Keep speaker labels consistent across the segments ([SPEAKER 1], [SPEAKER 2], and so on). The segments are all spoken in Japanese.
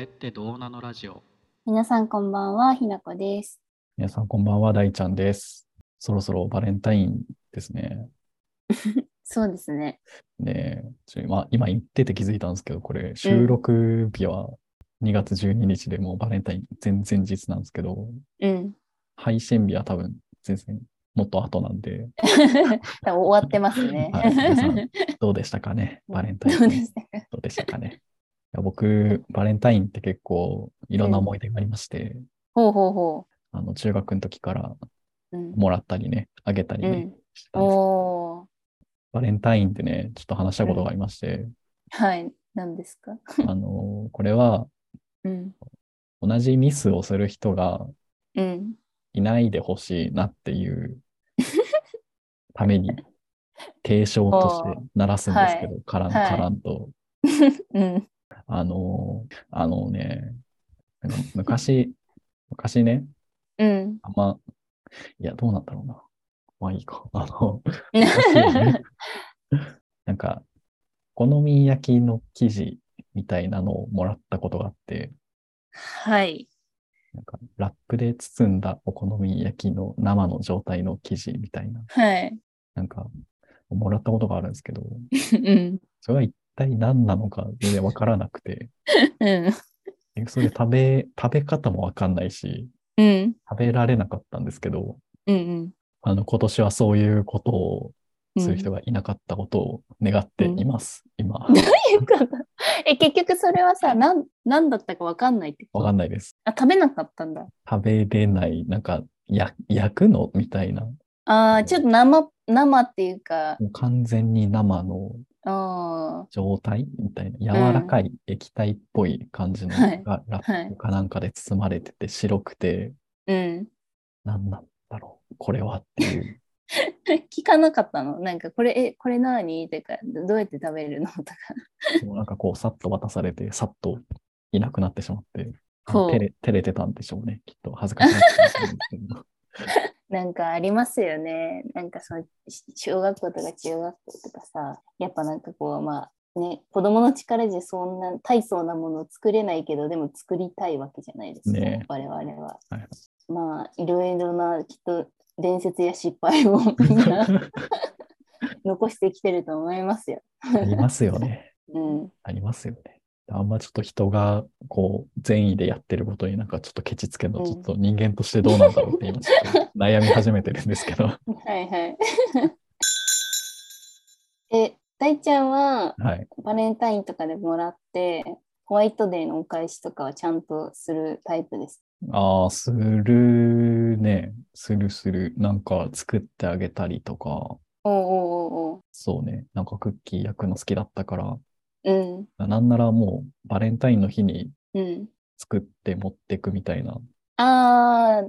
[SPEAKER 1] ってどうなのラジオ。
[SPEAKER 2] 皆さんこんばんは、ひなこです。
[SPEAKER 3] 皆さんこんばんは、大ちゃんです。そろそろバレンタインですね。
[SPEAKER 2] そうですね。
[SPEAKER 3] ねえちょ今、今言ってて気づいたんですけど、これ収録日は2月12日でもうバレンタイン前々日なんですけど、
[SPEAKER 2] うん。
[SPEAKER 3] 配信日は多分全然もっと後な んで、
[SPEAKER 2] 多分終わってますね。
[SPEAKER 3] はい皆 さんどうでしたかね、バレンタイン、
[SPEAKER 2] どうでしたか
[SPEAKER 3] どうでしたかね。いや僕、バレンタインって結構いろんな思い出がありまして、
[SPEAKER 2] ほうほうほ
[SPEAKER 3] あの中学の時から
[SPEAKER 2] う。うん。
[SPEAKER 3] もらったりね、あげたり
[SPEAKER 2] う
[SPEAKER 3] ね、
[SPEAKER 2] ん、
[SPEAKER 3] してたんですけど
[SPEAKER 2] おー。
[SPEAKER 3] バレンタインってね、ちょっと話したことがありまして、
[SPEAKER 2] はい。何ですか
[SPEAKER 3] あの、これは
[SPEAKER 2] うん。
[SPEAKER 3] 同じミスをする人が
[SPEAKER 2] うん。
[SPEAKER 3] いないでほしいなっていう ために提唱として鳴らすんですけど、からん、
[SPEAKER 2] はい
[SPEAKER 3] からんと。
[SPEAKER 2] うん。
[SPEAKER 3] あの、あのね、なんか昔、昔ね、
[SPEAKER 2] うん。
[SPEAKER 3] あんま、いや、どうなんだろうな。まあいいか。あの、 なんか、お好み焼きの生地みたいなのをもらったことがあって、
[SPEAKER 2] はい。
[SPEAKER 3] なんかラップで包んだお好み焼きの生の状態の生地みたいな、
[SPEAKER 2] はい。
[SPEAKER 3] なんかもらったことがあるんですけど、
[SPEAKER 2] うん。
[SPEAKER 3] それは一体何なのか全然わからなくて、
[SPEAKER 2] うん。
[SPEAKER 3] でそれで食べ、食べ方もわかんないし、
[SPEAKER 2] うん。
[SPEAKER 3] 食べられなかったんですけど、
[SPEAKER 2] うん。
[SPEAKER 3] あの、今年はそういうことを
[SPEAKER 2] うん。
[SPEAKER 3] する人
[SPEAKER 2] が。
[SPEAKER 3] がいなかったことを願っています、今。
[SPEAKER 2] え、結局それはさ、なん、なんだったかわかんないってこ
[SPEAKER 3] わ
[SPEAKER 2] と。
[SPEAKER 3] かんないです。
[SPEAKER 2] あ、食べなかったんだ。
[SPEAKER 3] 食べれない、なんか、や焼くのみたいな。
[SPEAKER 2] ああ、ちょっと生、生っていうか、
[SPEAKER 3] もう完全に生の
[SPEAKER 2] あ
[SPEAKER 3] 状態みたいな柔らかい液体っぽい感じの
[SPEAKER 2] はい
[SPEAKER 3] がラップかなんかで包まれてて白くて
[SPEAKER 2] あ、うん。
[SPEAKER 3] 何なんだろうこれはっていう
[SPEAKER 2] 聞かなかったのなんかこれえこれ何とかどどうやって食べるのとか
[SPEAKER 3] もうなんかこうさっと渡されてさっといなくなってしまって
[SPEAKER 2] ほう
[SPEAKER 3] 照れ照れてたんでしょうねきっと恥ずかしかったんですけど
[SPEAKER 2] なんかありますよねなんかそのし小学校とか中学校とかさやっぱなんかこうまあね子供の力じゃそんな大層なものを作れないけどでも作りたいわけじゃないですか、
[SPEAKER 3] ねえ
[SPEAKER 2] 我々は、
[SPEAKER 3] はい
[SPEAKER 2] まあいろいろなきっと伝説や失敗を みん な残してきてると思いますよ、
[SPEAKER 3] ありますよね
[SPEAKER 2] うん、
[SPEAKER 3] ありますよねあんまちょっと人がこう善意でやってることになんかちょっとケチつけるの
[SPEAKER 2] うん
[SPEAKER 3] ちょっと人間としてどうなんだろうって今ちょっと悩み始めてるんですけど
[SPEAKER 2] はいはい え大ちゃんは
[SPEAKER 3] はい
[SPEAKER 2] バレンタインとかでもらって、ホワイトデーのお返しとかはちゃんとするタイプです。
[SPEAKER 3] ああ、するね。するする。なんか作ってあげたりとか、
[SPEAKER 2] おうおうおう
[SPEAKER 3] そうね。なんかクッキー焼くの好きだったから、
[SPEAKER 2] おう。
[SPEAKER 3] なんならもうバレンタインの日に
[SPEAKER 2] うん。うん。
[SPEAKER 3] 作って持ってくみたいな。
[SPEAKER 2] ああ、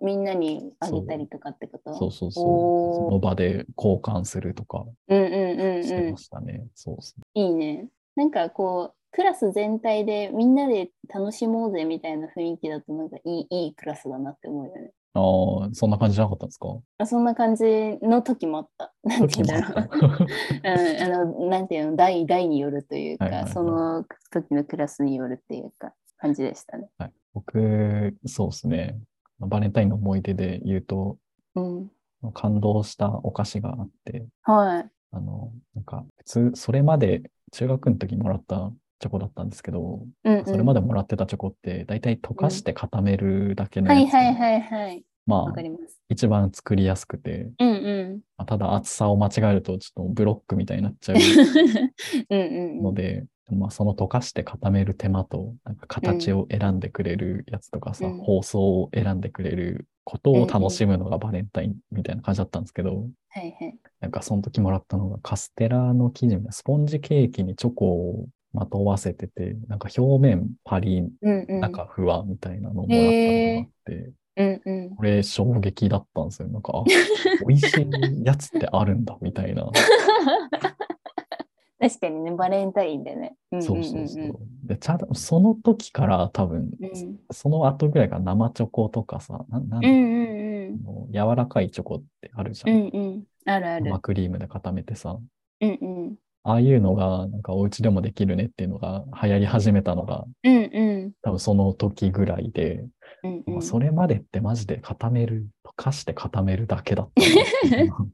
[SPEAKER 2] みんなにあげたりとかってこと
[SPEAKER 3] そうそうそう。
[SPEAKER 2] おー
[SPEAKER 3] その場で交換するとか
[SPEAKER 2] うんうんうん
[SPEAKER 3] して
[SPEAKER 2] う
[SPEAKER 3] ましたね。そうそ
[SPEAKER 2] ん。いいね。なんかこう、クラス全体でみんなで楽しもうぜみたいな雰囲気だと、なんかいいいいクラスだなって思うよね。
[SPEAKER 3] う。ああ、そんな感じじゃなかったんですか
[SPEAKER 2] あそんな感じの時もあった。なんていうんだろう。うん、あのなんていうの代代によるというか、
[SPEAKER 3] はいはいはい
[SPEAKER 2] その時のクラスによるっていうか感じでしたね。
[SPEAKER 3] はい、 僕、そうですね。バレンタインの思い出で言うと、
[SPEAKER 2] うん、
[SPEAKER 3] 感動したお菓子があって、
[SPEAKER 2] はい。
[SPEAKER 3] あの、なんか、普通、それまで中学の時もらったチョコだったんですけど、
[SPEAKER 2] うんうん、
[SPEAKER 3] それまでもらってたチョコって、大体溶かして固めるだけの
[SPEAKER 2] は
[SPEAKER 3] や
[SPEAKER 2] い
[SPEAKER 3] つ
[SPEAKER 2] はい
[SPEAKER 3] が、
[SPEAKER 2] はいはい。
[SPEAKER 3] ま
[SPEAKER 2] わか
[SPEAKER 3] あ、
[SPEAKER 2] ります。
[SPEAKER 3] 一番作りやすくて、
[SPEAKER 2] うんうん。
[SPEAKER 3] まあただ厚さを間違えると、ちょっとブロックみたいになっちゃう
[SPEAKER 2] うんうんう
[SPEAKER 3] の
[SPEAKER 2] ん。
[SPEAKER 3] で、まあ、その溶かして固める手間と、なんか形を選んでくれるやつとかさ、
[SPEAKER 2] うん
[SPEAKER 3] 包装を選んでくれることを楽しむのがバレンタインみたいな感じだったんですけど、
[SPEAKER 2] はいはい。
[SPEAKER 3] なんかその時もらったのがカステラの生地みたいなスポンジケーキにチョコをまとわせてて、なんか表面パリ、
[SPEAKER 2] うんうん。
[SPEAKER 3] 中ふわみたいなのをもらったのがあって、
[SPEAKER 2] うんうん。
[SPEAKER 3] これ衝撃だったんですよ。なん か、あ美味しいやつってあるんだみたいな。
[SPEAKER 2] 確かにね、バレンタインでね。うんうん
[SPEAKER 3] そううんそうそう。で、ちゃんとその時から多分、
[SPEAKER 2] うん
[SPEAKER 3] その後ぐらいから生チョコとかさ、なんなん
[SPEAKER 2] うんうんうん
[SPEAKER 3] あの柔らかいチョコってあるじゃ。
[SPEAKER 2] うんんうん。あるある
[SPEAKER 3] 生。クリームで固めてさ、
[SPEAKER 2] うんうん。
[SPEAKER 3] ああいうのが、なんかお家でもできるねっていうのが流行り始めたのが、
[SPEAKER 2] うんう
[SPEAKER 3] 多分その時ぐらいで、
[SPEAKER 2] ん。うん
[SPEAKER 3] ま
[SPEAKER 2] う
[SPEAKER 3] あ
[SPEAKER 2] ん、
[SPEAKER 3] それまでってマジで固める、溶かして固めるだけだったなってい うのが。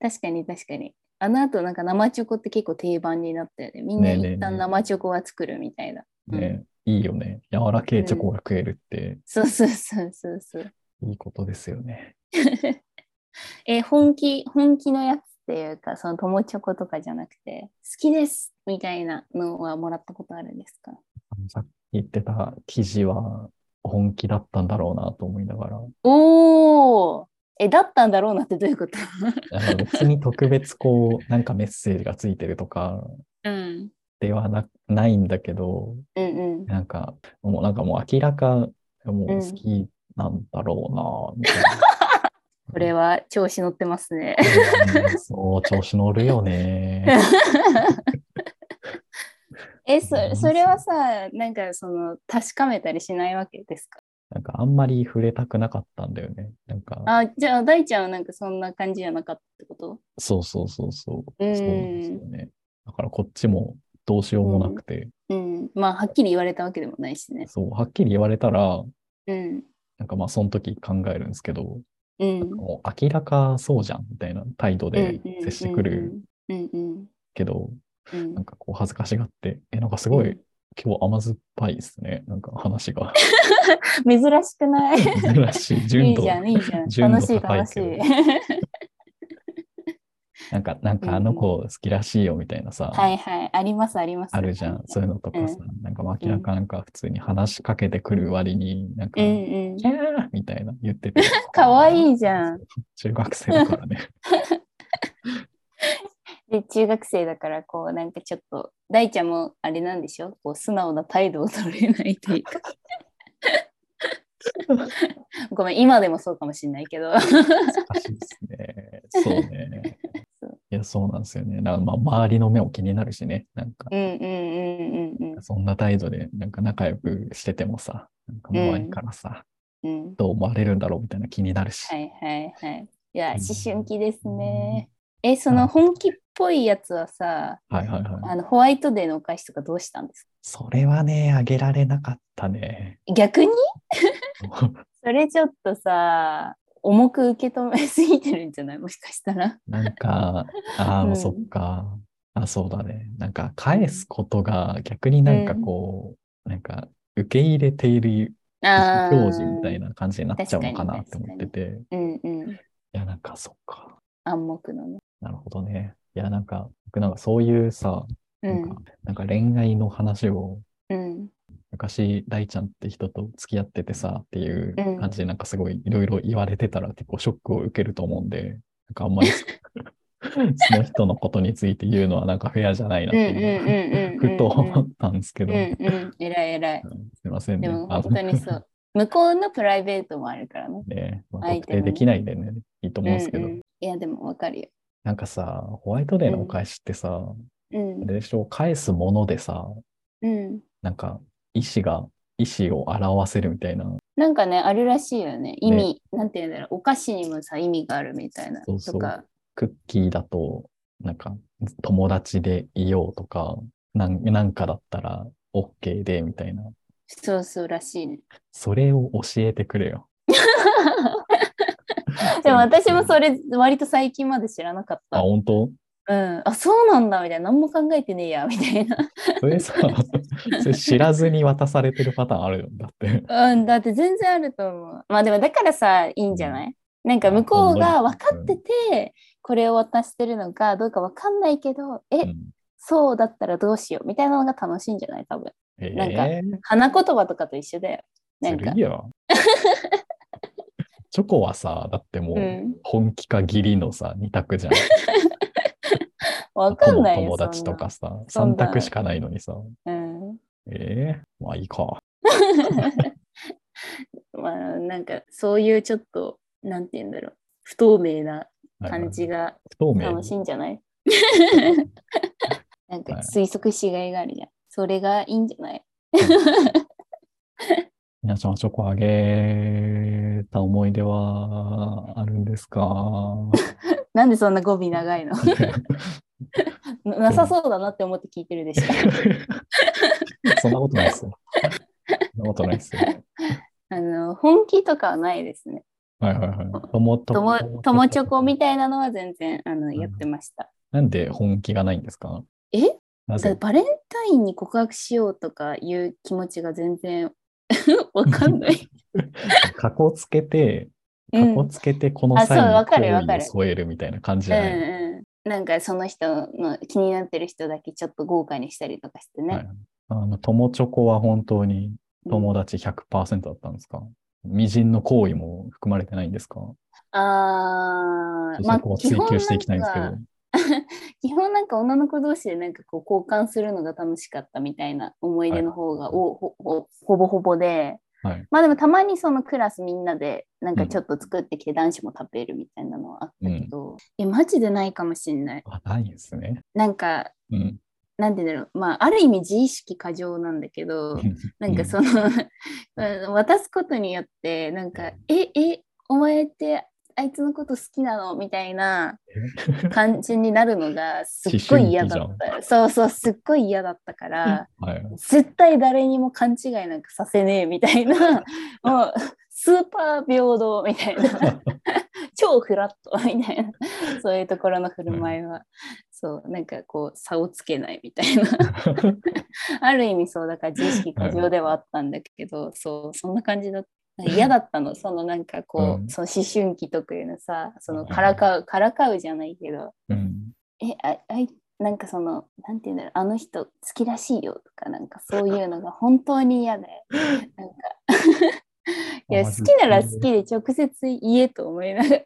[SPEAKER 2] 確かに確かに。あの後なんか生チョコって結構定番になったよね。みんな
[SPEAKER 3] ねえねえ
[SPEAKER 2] 一旦生チョコは作るみたいな。
[SPEAKER 3] ね、いいよね。柔らけえチョコが食えるって
[SPEAKER 2] そうそうそうそうそう。
[SPEAKER 3] いいことですよね。
[SPEAKER 2] え、本気、本気のやつっていうか、その友チョコとかじゃなくて、好きですみたいなのはもらったことあるんですか
[SPEAKER 3] あのさっき言ってた記事は本気だったんだろうなと思いながら、
[SPEAKER 2] おーえ、だったんだろうなってどういうこと
[SPEAKER 3] あの別に特別こう、なんかメッセージがついてるとか
[SPEAKER 2] うん。
[SPEAKER 3] ではなないんだけど、
[SPEAKER 2] うん
[SPEAKER 3] なんか、もうなんかもう明らか、もう好きなんだろうな、みたいな。
[SPEAKER 2] これは調子乗ってますね。
[SPEAKER 3] うんそう、調子乗るよね。
[SPEAKER 2] え、そそれはさ、なんかその確かめたりしないわけですか
[SPEAKER 3] なんかあんまり触れたくなかったんだよね。なんか、
[SPEAKER 2] あ、じゃあ大ちゃんはなんかそんな感じじゃなかったってこと
[SPEAKER 3] そうそうそうそう。
[SPEAKER 2] うん
[SPEAKER 3] そうですよね。だからこっちもどうしようもなくて、
[SPEAKER 2] うん。まあ、はっきり言われたわけでもないしね。
[SPEAKER 3] そう、はっきり言われたら、
[SPEAKER 2] うん。
[SPEAKER 3] なんかまあその時考えるんですけど、
[SPEAKER 2] うん。
[SPEAKER 3] もう明らかそうじゃんみたいな態度で接してくる
[SPEAKER 2] うんうん
[SPEAKER 3] けど、
[SPEAKER 2] うんうん
[SPEAKER 3] なんかこう恥ずかしがって、え、なんかすごい今日甘酸っぱいですね。なんか話が
[SPEAKER 2] 珍しくない
[SPEAKER 3] 珍しい。
[SPEAKER 2] い
[SPEAKER 3] 純
[SPEAKER 2] い
[SPEAKER 3] 度
[SPEAKER 2] じ。ゃんいいじゃん
[SPEAKER 3] 純
[SPEAKER 2] 楽し
[SPEAKER 3] 度
[SPEAKER 2] い
[SPEAKER 3] 高い
[SPEAKER 2] 楽し
[SPEAKER 3] け
[SPEAKER 2] い
[SPEAKER 3] どなんか、なんかあの子好きらしいよみたいなさ、
[SPEAKER 2] はいはいありますあります
[SPEAKER 3] あるじゃん。そういうのとかさ、なんか明らかなんか普通に話しかけてくる割に、なんか、
[SPEAKER 2] う
[SPEAKER 3] キ
[SPEAKER 2] んうん。
[SPEAKER 3] ャーみたいな言ってて
[SPEAKER 2] かわいいじゃん
[SPEAKER 3] そう。中学生だからね。
[SPEAKER 2] で中学生だからこうなんかちょっと大ちゃんもあれなんでしょこう素直な態度を取れないという かごめん今でもそうかもしれないけど
[SPEAKER 3] 恥ずかしいですね。そうね
[SPEAKER 2] そう。
[SPEAKER 3] いや、そうなんですよね。なんかまあ周りの目も気になるしね。なんか
[SPEAKER 2] う、んうんうんうん
[SPEAKER 3] そんな態度で、なんか仲良くしててもさ、なんか周りからさ、
[SPEAKER 2] うんうん
[SPEAKER 3] どう思われるんだろうみたいな気になるし。
[SPEAKER 2] はいはいはいいや
[SPEAKER 3] うん
[SPEAKER 2] 思春期ですねえその本気っぽいやつはさ
[SPEAKER 3] はいはいはい。
[SPEAKER 2] あのホワイトデーのお返しとかどうしたんです
[SPEAKER 3] それはね、あげられなかったね。
[SPEAKER 2] か逆にそれちょっとさ重く受け止めすぎてるんじゃないもしかしたら
[SPEAKER 3] なん か、ああ、もうそ
[SPEAKER 2] うん
[SPEAKER 3] っか。あ、そうだね。なんか返すことが逆になんかこう、なんか受け入れている意
[SPEAKER 2] あ
[SPEAKER 3] 思
[SPEAKER 2] ー
[SPEAKER 3] 表示みたいな感じになっちゃうのかなって
[SPEAKER 2] 確か
[SPEAKER 3] 思っ
[SPEAKER 2] に
[SPEAKER 3] てて。
[SPEAKER 2] うんうん
[SPEAKER 3] いや、なんかそっか。
[SPEAKER 2] 暗黙のね
[SPEAKER 3] なるほどね。いや、なんか、僕なんかそういうさ、
[SPEAKER 2] う
[SPEAKER 3] なん
[SPEAKER 2] ん
[SPEAKER 3] か、なんか恋愛の話を、
[SPEAKER 2] うん
[SPEAKER 3] 昔、大ちゃんって人と付き合っててさ、っていう
[SPEAKER 2] うん
[SPEAKER 3] 感じで、なんかすごいいろいろ言われてたら結構ショックを受けると思うんで、なんかあんまり その人のことについて言うのはなんかフェアじゃないなっ
[SPEAKER 2] うんうん
[SPEAKER 3] ていう
[SPEAKER 2] うんうん
[SPEAKER 3] ふと思ったんですけ
[SPEAKER 2] う
[SPEAKER 3] ど、
[SPEAKER 2] んうんえらいえらい
[SPEAKER 3] すいませんね。
[SPEAKER 2] でも
[SPEAKER 3] あの
[SPEAKER 2] 本当にそう向こうのプライベートもあるからね
[SPEAKER 3] ね、まあ
[SPEAKER 2] 相手もね
[SPEAKER 3] 特定できないんでね、いいと
[SPEAKER 2] う
[SPEAKER 3] 思うんんですけど、
[SPEAKER 2] うんいやでもわかるよ
[SPEAKER 3] なんかさ、ホワイトデーのお返しってさ、
[SPEAKER 2] うん
[SPEAKER 3] あれでしょ返すものでさ、
[SPEAKER 2] うん
[SPEAKER 3] なんか意思が、意思を表せるみたいな、
[SPEAKER 2] なんかねあるらしいよね意味なんて言うんだろうお菓子にもさ意味があるみたいな
[SPEAKER 3] そうそう
[SPEAKER 2] とか
[SPEAKER 3] クッキーだと、なんか友達でいようとか、なんなんかだったら OK でみたいな、
[SPEAKER 2] そうそうらしいね
[SPEAKER 3] それを教えてくれよ。
[SPEAKER 2] でも私もそれ割と最近まで知らなかっ
[SPEAKER 3] あ、
[SPEAKER 2] た
[SPEAKER 3] 本当
[SPEAKER 2] うんあそうなんだみたいな何も考えてねえやみたいな
[SPEAKER 3] それさ、それ知らずに渡されてるパターンあるんだって。
[SPEAKER 2] うん、だって全然あると思う。まあでもだからさ、いいんじゃないなんか向こうが分かってて、これを渡してるのかどうか分かんないけど、
[SPEAKER 3] う
[SPEAKER 2] え、
[SPEAKER 3] ん
[SPEAKER 2] そうだったらどうしようみたいなのが楽しいんじゃない多分。
[SPEAKER 3] え
[SPEAKER 2] なんか
[SPEAKER 3] ー、
[SPEAKER 2] 花言葉とかと一緒だよ。なん
[SPEAKER 3] ず
[SPEAKER 2] か
[SPEAKER 3] るい。 よ。チョコはさ、だっても
[SPEAKER 2] う。
[SPEAKER 3] うん本気か義理のさ、二択じゃん。
[SPEAKER 2] 分かんないよ。
[SPEAKER 3] 友達とかさ、
[SPEAKER 2] そんな
[SPEAKER 3] 三択しかないのにさ。
[SPEAKER 2] そん
[SPEAKER 3] ええまあいいか。
[SPEAKER 2] な。うん。まあなんかそういうちょっと、なんて言うんだろう。不透明な
[SPEAKER 3] はいはい
[SPEAKER 2] 感じが
[SPEAKER 3] 不透明。
[SPEAKER 2] 楽しいんじゃない なんか推測しがいがあるじゃん。それがいいんじゃない
[SPEAKER 3] 皆さんチョコあげた思い 出はあるんですか
[SPEAKER 2] なんでそんな語尾長いの
[SPEAKER 3] いや
[SPEAKER 2] な なさそうだなって思って聞いてるでしょ。
[SPEAKER 3] そんなことないですよ。そんなことないですよ。
[SPEAKER 2] あの、本気とかはないですね。
[SPEAKER 3] はいはいはい。 友
[SPEAKER 2] とも、ともチョコみたいなのは全然、あの、やってました。
[SPEAKER 3] なんで本気がないんですか
[SPEAKER 2] え
[SPEAKER 3] な
[SPEAKER 2] だ
[SPEAKER 3] ぜ
[SPEAKER 2] バレンタインに告白しようとかいう気持ちが全然 わかんない。
[SPEAKER 3] かこつけて、
[SPEAKER 2] う
[SPEAKER 3] か
[SPEAKER 2] ん。う
[SPEAKER 3] こ
[SPEAKER 2] ん
[SPEAKER 3] つけて、この
[SPEAKER 2] あそう
[SPEAKER 3] 際に
[SPEAKER 2] わかるわ
[SPEAKER 3] 好
[SPEAKER 2] か
[SPEAKER 3] 意を
[SPEAKER 2] る
[SPEAKER 3] 添えるみたいな感じじゃない。
[SPEAKER 2] うん。なんかその人の気になってる人だけちょっと豪華にしたりとかしてね。
[SPEAKER 3] はいあの、友チョコは本当に
[SPEAKER 2] うん
[SPEAKER 3] 友達100%だったんですか微塵の行為も含まれてないんですか
[SPEAKER 2] あー、まあ、
[SPEAKER 3] そこを追求していきたいんです
[SPEAKER 2] 基
[SPEAKER 3] け
[SPEAKER 2] 本
[SPEAKER 3] ど
[SPEAKER 2] な。か 基本なんか女の子同士でなんかこう交換するのが楽しかったみたいな思い出の方がおほほほぼほぼで、
[SPEAKER 3] はい
[SPEAKER 2] まあでもたまにそのクラスみんなでなんかちょっと作ってきて男子も食べるみたいなのはあったけど、えマジでないかもしんない
[SPEAKER 3] あ、ないんですね。
[SPEAKER 2] なんか
[SPEAKER 3] うん。
[SPEAKER 2] なんて言うんだろうまあある意味自意識過剰なんだけどなんかその、 渡すことによってなんか「ええお前ってあいつのこと好きなの?」みたいな感じになるのがすっごい嫌だ
[SPEAKER 3] 思
[SPEAKER 2] ったそうそうすっごい嫌だったから
[SPEAKER 3] はい。
[SPEAKER 2] 絶対誰にも勘違いなんかさせねえみたい なもうスーパー平等みたいな 超フラットみたいなそういうところの振る舞いは、そうなんかこう差をつけないみたいな ある意味そうだから自意識過剰ではあったんだけど、そうそんな感じだった。嫌だったの、そのなんかこう、
[SPEAKER 3] うん
[SPEAKER 2] その思春期とかいうのさ、その
[SPEAKER 3] うん
[SPEAKER 2] からかう、からかうじゃないけど、
[SPEAKER 3] うん。
[SPEAKER 2] えああいなんかそのなんていうんだろうあの人好きらしいよとかなんかそういうのが本当に嫌でなんか いや
[SPEAKER 3] マ
[SPEAKER 2] 好
[SPEAKER 3] ジ
[SPEAKER 2] きなら好きで直接言えと思いなが ら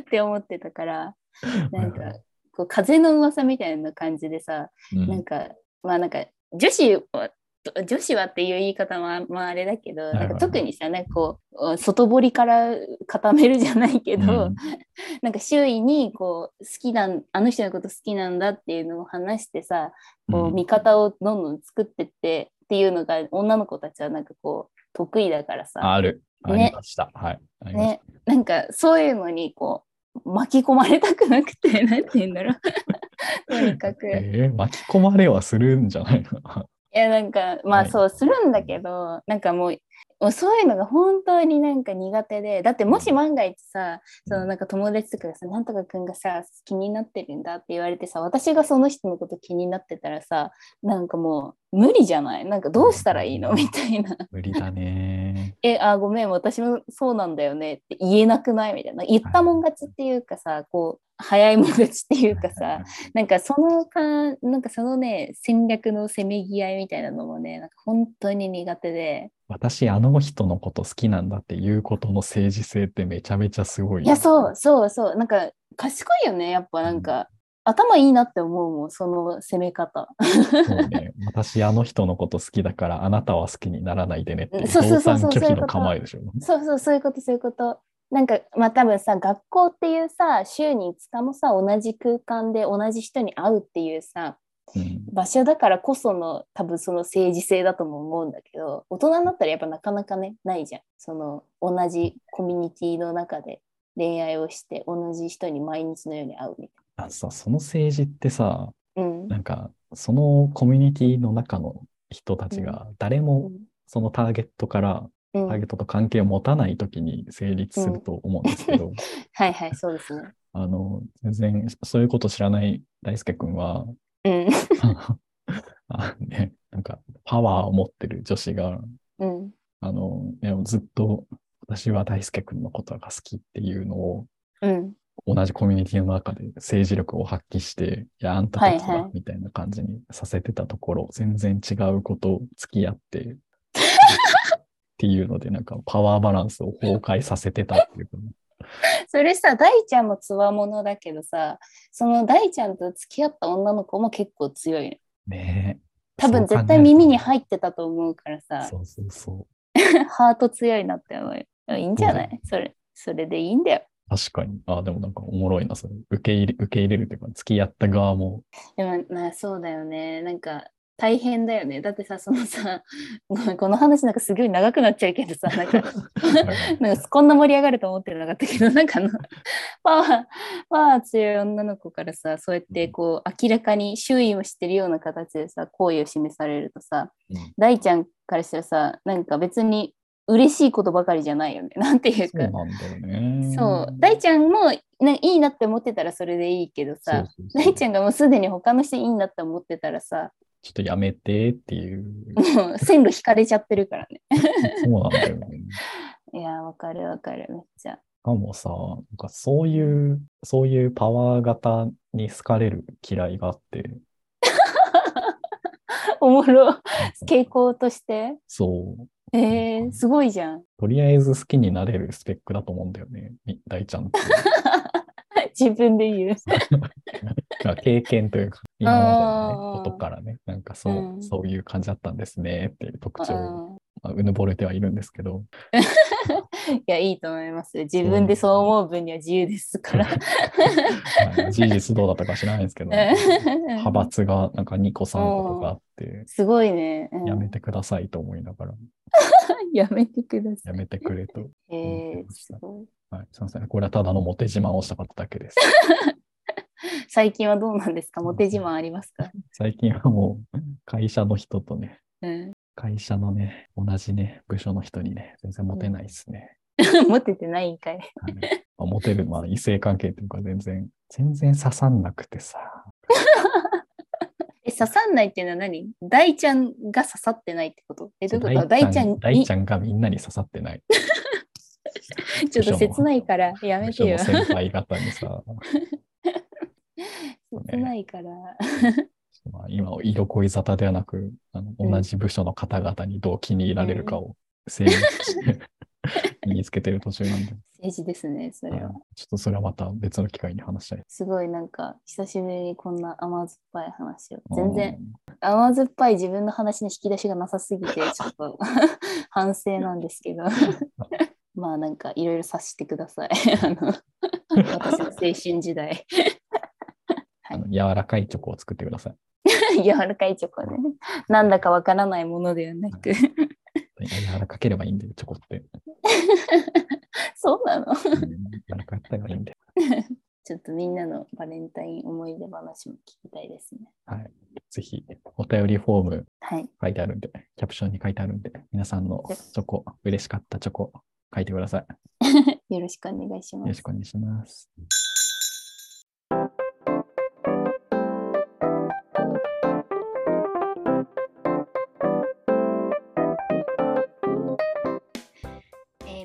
[SPEAKER 2] って思ってたからなん
[SPEAKER 3] はい
[SPEAKER 2] かこう風の噂みたいな感じでさ
[SPEAKER 3] うん
[SPEAKER 2] なんかまあなんか女子はと女子はっていう言い方はまああれだけど、
[SPEAKER 3] はいはいはい
[SPEAKER 2] なんか特にさなんかこう外堀から固めるじゃないけど、
[SPEAKER 3] うん
[SPEAKER 2] なんか周囲にこう好きなんあの人のこと好きなんだっていうのを話してさこ
[SPEAKER 3] う
[SPEAKER 2] うん見方をどんどん作ってってっていうのが女の子たちはなんかこう得意だからさ、
[SPEAKER 3] ある。あ
[SPEAKER 2] ね
[SPEAKER 3] りました。はい。ありまし
[SPEAKER 2] ね、なんかそういうのにこう巻き込まれたくなくてなんて言うんだろ うとにかく
[SPEAKER 3] た。えー巻き込まれはするんじゃないの
[SPEAKER 2] いやなんかま
[SPEAKER 3] は
[SPEAKER 2] あ
[SPEAKER 3] い
[SPEAKER 2] そうするんだけどなんかもうもうそういうのが本当になんか苦手でだってもし万が一さそのなんか友達とかがさなんとかくんがさ気になってるんだって言われてさ私がその人のこと気になってたらさなんかもう無理じゃないなんかどうしたらいいのみたいな
[SPEAKER 3] 無理だね。
[SPEAKER 2] えあごめん私もそうなんだよねって言えなくないみたいな言ったもん勝ちっていうかさこう早いもん勝ちっていうかさなんかそのか、なんかそのね、戦略のせめぎ合いみたいなのもね、なんか本当に苦手で。
[SPEAKER 3] 私、あの人のこと好きなんだっていうことの政治性ってめちゃめちゃすごい。
[SPEAKER 2] いや、そうそうそう、なんか賢いよね、やっぱなんか、頭いいなって思うもん、その攻め 方。
[SPEAKER 3] そうね。私、あの人のこと好きだから、あなたは好きにならないでねっていう、
[SPEAKER 2] そうそうそうそう
[SPEAKER 3] 同
[SPEAKER 2] そういう
[SPEAKER 3] 拒否
[SPEAKER 2] こと
[SPEAKER 3] の構えでしょ。
[SPEAKER 2] そうそう、そういうこと、そういうこと。なんか、まあ多分さ、学校っていうさ、週に5日もさ、同じ空間で同じ人に会うっていうさ、
[SPEAKER 3] うん
[SPEAKER 2] 場所だからこその多分その政治性だとも思うんだけど大人になったらやっぱなかなかねないじゃんその同じコミュニティの中で恋愛をして同じ人に毎日のように会うみた
[SPEAKER 3] あさ、その政治ってさ、
[SPEAKER 2] いな。うん
[SPEAKER 3] なんか、そのコミュニティの中の人たちが、誰もそのターゲットから、
[SPEAKER 2] うん
[SPEAKER 3] タ
[SPEAKER 2] は
[SPEAKER 3] ー
[SPEAKER 2] い
[SPEAKER 3] ゲットと関係を持たないときに成立すると思うんですけど、
[SPEAKER 2] はいそうですね。
[SPEAKER 3] あの、全然そういうこと知らない大輔くんは、
[SPEAKER 2] うん
[SPEAKER 3] あのあのね、なんか、パワーを持ってる女子が、
[SPEAKER 2] うん
[SPEAKER 3] あの、ね、ずっと、私は大輔くんのことが好きっていうのを、
[SPEAKER 2] うん
[SPEAKER 3] 同じコミュニティの中で政治力を発揮して、いや、あんたたち
[SPEAKER 2] はいは、
[SPEAKER 3] はいみたいな感じにさせてたところ、全然違うこと付き合って、っていうので、なんかパワーバランスを崩壊させてたっていうか。
[SPEAKER 2] それさ大ちゃんもつわものだけどさその大ちゃんと付き合った女の子も結構強いの
[SPEAKER 3] ねえ
[SPEAKER 2] 多分絶対耳に入ってたと思うからさ
[SPEAKER 3] そうそうそう。
[SPEAKER 2] ハート強いなって思うよいいんじゃないそれそれでいいんだよ
[SPEAKER 3] 確かに。あ、でもなんかおもろ いな、それ。受け入れ、受け入れるっていうか、付き合った側も、
[SPEAKER 2] でもまあそうだよねなんか大変だよね。だってさ、そのさ、 ごめんこの話なんかすごい長くなっちゃうけどさ、なん か、なんかこんな盛り上がると思ってなかったけど、 なんかあの、パワー、パワー強い女の子からさ、そうやってこう、明らかに周囲を知ってるような形でさ、好意を示されるとさ、
[SPEAKER 3] うん
[SPEAKER 2] 大ちゃんからしたらさ、なんか別に嬉しいことばかりじゃないよね。なんていう
[SPEAKER 3] そ
[SPEAKER 2] か
[SPEAKER 3] う。なんだよね。
[SPEAKER 2] そう大ちゃんもないいなって思ってたらそれでいいけどさ大ちゃ
[SPEAKER 3] ゃん。
[SPEAKER 2] んがもうすでに他の人いいなって思ってたらさ
[SPEAKER 3] ちょっとやめてっていう。
[SPEAKER 2] もう線路引かれちゃってるからね
[SPEAKER 3] そうなんだよね。
[SPEAKER 2] いやーわかるわかるめっちゃ
[SPEAKER 3] しかもさ、なんかそういう、そういうパワー型に好かれる嫌いが あって、
[SPEAKER 2] おもろ
[SPEAKER 3] なんか
[SPEAKER 2] 傾向として
[SPEAKER 3] そう、
[SPEAKER 2] えー、すごいじゃん
[SPEAKER 3] とりあえず好きになれるスペックだと思うんだよね、み大ちゃん って。
[SPEAKER 2] 自分で言う
[SPEAKER 3] なんか経験というか、今まで
[SPEAKER 2] あ
[SPEAKER 3] の、
[SPEAKER 2] ー
[SPEAKER 3] ね、ことからね、なんかそう、
[SPEAKER 2] うん
[SPEAKER 3] そういう感じだったんですねっていう特徴を、
[SPEAKER 2] う
[SPEAKER 3] まあ、うぬぼれてはいるんです けど、
[SPEAKER 2] んいやいいと思います自分でそう思う分には自由ですから
[SPEAKER 3] まあ事実どうだったか知らないで すけど、派閥がなんか2個3個とかあって、
[SPEAKER 2] すごいね、うん
[SPEAKER 3] やめてくださいと思いながら、
[SPEAKER 2] やめてくださ
[SPEAKER 3] や
[SPEAKER 2] い
[SPEAKER 3] めてくれと。
[SPEAKER 2] えー、すごい
[SPEAKER 3] はい、すみません。これはただのモテ自慢をしたかっただ けです。
[SPEAKER 2] 最近はどうなんですかモテ自慢ありますか、
[SPEAKER 3] 最近はもう会社の人とね、
[SPEAKER 2] うん
[SPEAKER 3] 会社のね、同じね、部署の人にね、全然モテないですね。
[SPEAKER 2] 持っててないんかい。
[SPEAKER 3] はいまあ、モテる、まあ異性関係というか全然、全然刺さんなくてさ、
[SPEAKER 2] え、刺さんないっていうのは何大ちゃんが刺さってないってことえ、どういうこと大ちゃん
[SPEAKER 3] 大
[SPEAKER 2] に、
[SPEAKER 3] ちゃんがみんなに刺さってない。
[SPEAKER 2] ちょっと切ないからやめ
[SPEAKER 3] 部
[SPEAKER 2] て
[SPEAKER 3] 署
[SPEAKER 2] よ
[SPEAKER 3] の。先輩方にさ、
[SPEAKER 2] 切ないから。
[SPEAKER 3] まあ、今、色恋沙汰ではなくあの、
[SPEAKER 2] うん
[SPEAKER 3] 同じ部署の方々にどう気に入られるかを整理して、身につけてる途中なんで。
[SPEAKER 2] 政治ですね、それ
[SPEAKER 3] う
[SPEAKER 2] は
[SPEAKER 3] ん。ちょっとそれはまた別の機会に話したい。
[SPEAKER 2] すごいなんか、久しぶりにこんな甘酸っぱい話を。全然、甘酸っぱい自分の話の引き出しがなさすぎて、ちょっと反省なんですけど。まあなんか、いろいろ察してください。あの、私の青春時代。
[SPEAKER 3] うん。あの柔らかいチョコを作ってください。
[SPEAKER 2] 柔らかいチョコね。なんだかわからないものではなく。
[SPEAKER 3] 柔らかければいいんで、チョコって。
[SPEAKER 2] そう なの
[SPEAKER 3] うん柔らかったらいいんで。
[SPEAKER 2] ちょっとみんなのバレンタイン思い出話も聞きたいですね。
[SPEAKER 3] ぜひ、お便りフォーム
[SPEAKER 2] はい。
[SPEAKER 3] 書いてあるんで、キャプションに書いてあるんで、皆さんのチョコ、嬉しかったチョコ、書いてください。よ
[SPEAKER 2] よろしくお願いしま
[SPEAKER 3] ろ
[SPEAKER 2] す
[SPEAKER 3] し。くお願いします。
[SPEAKER 1] えー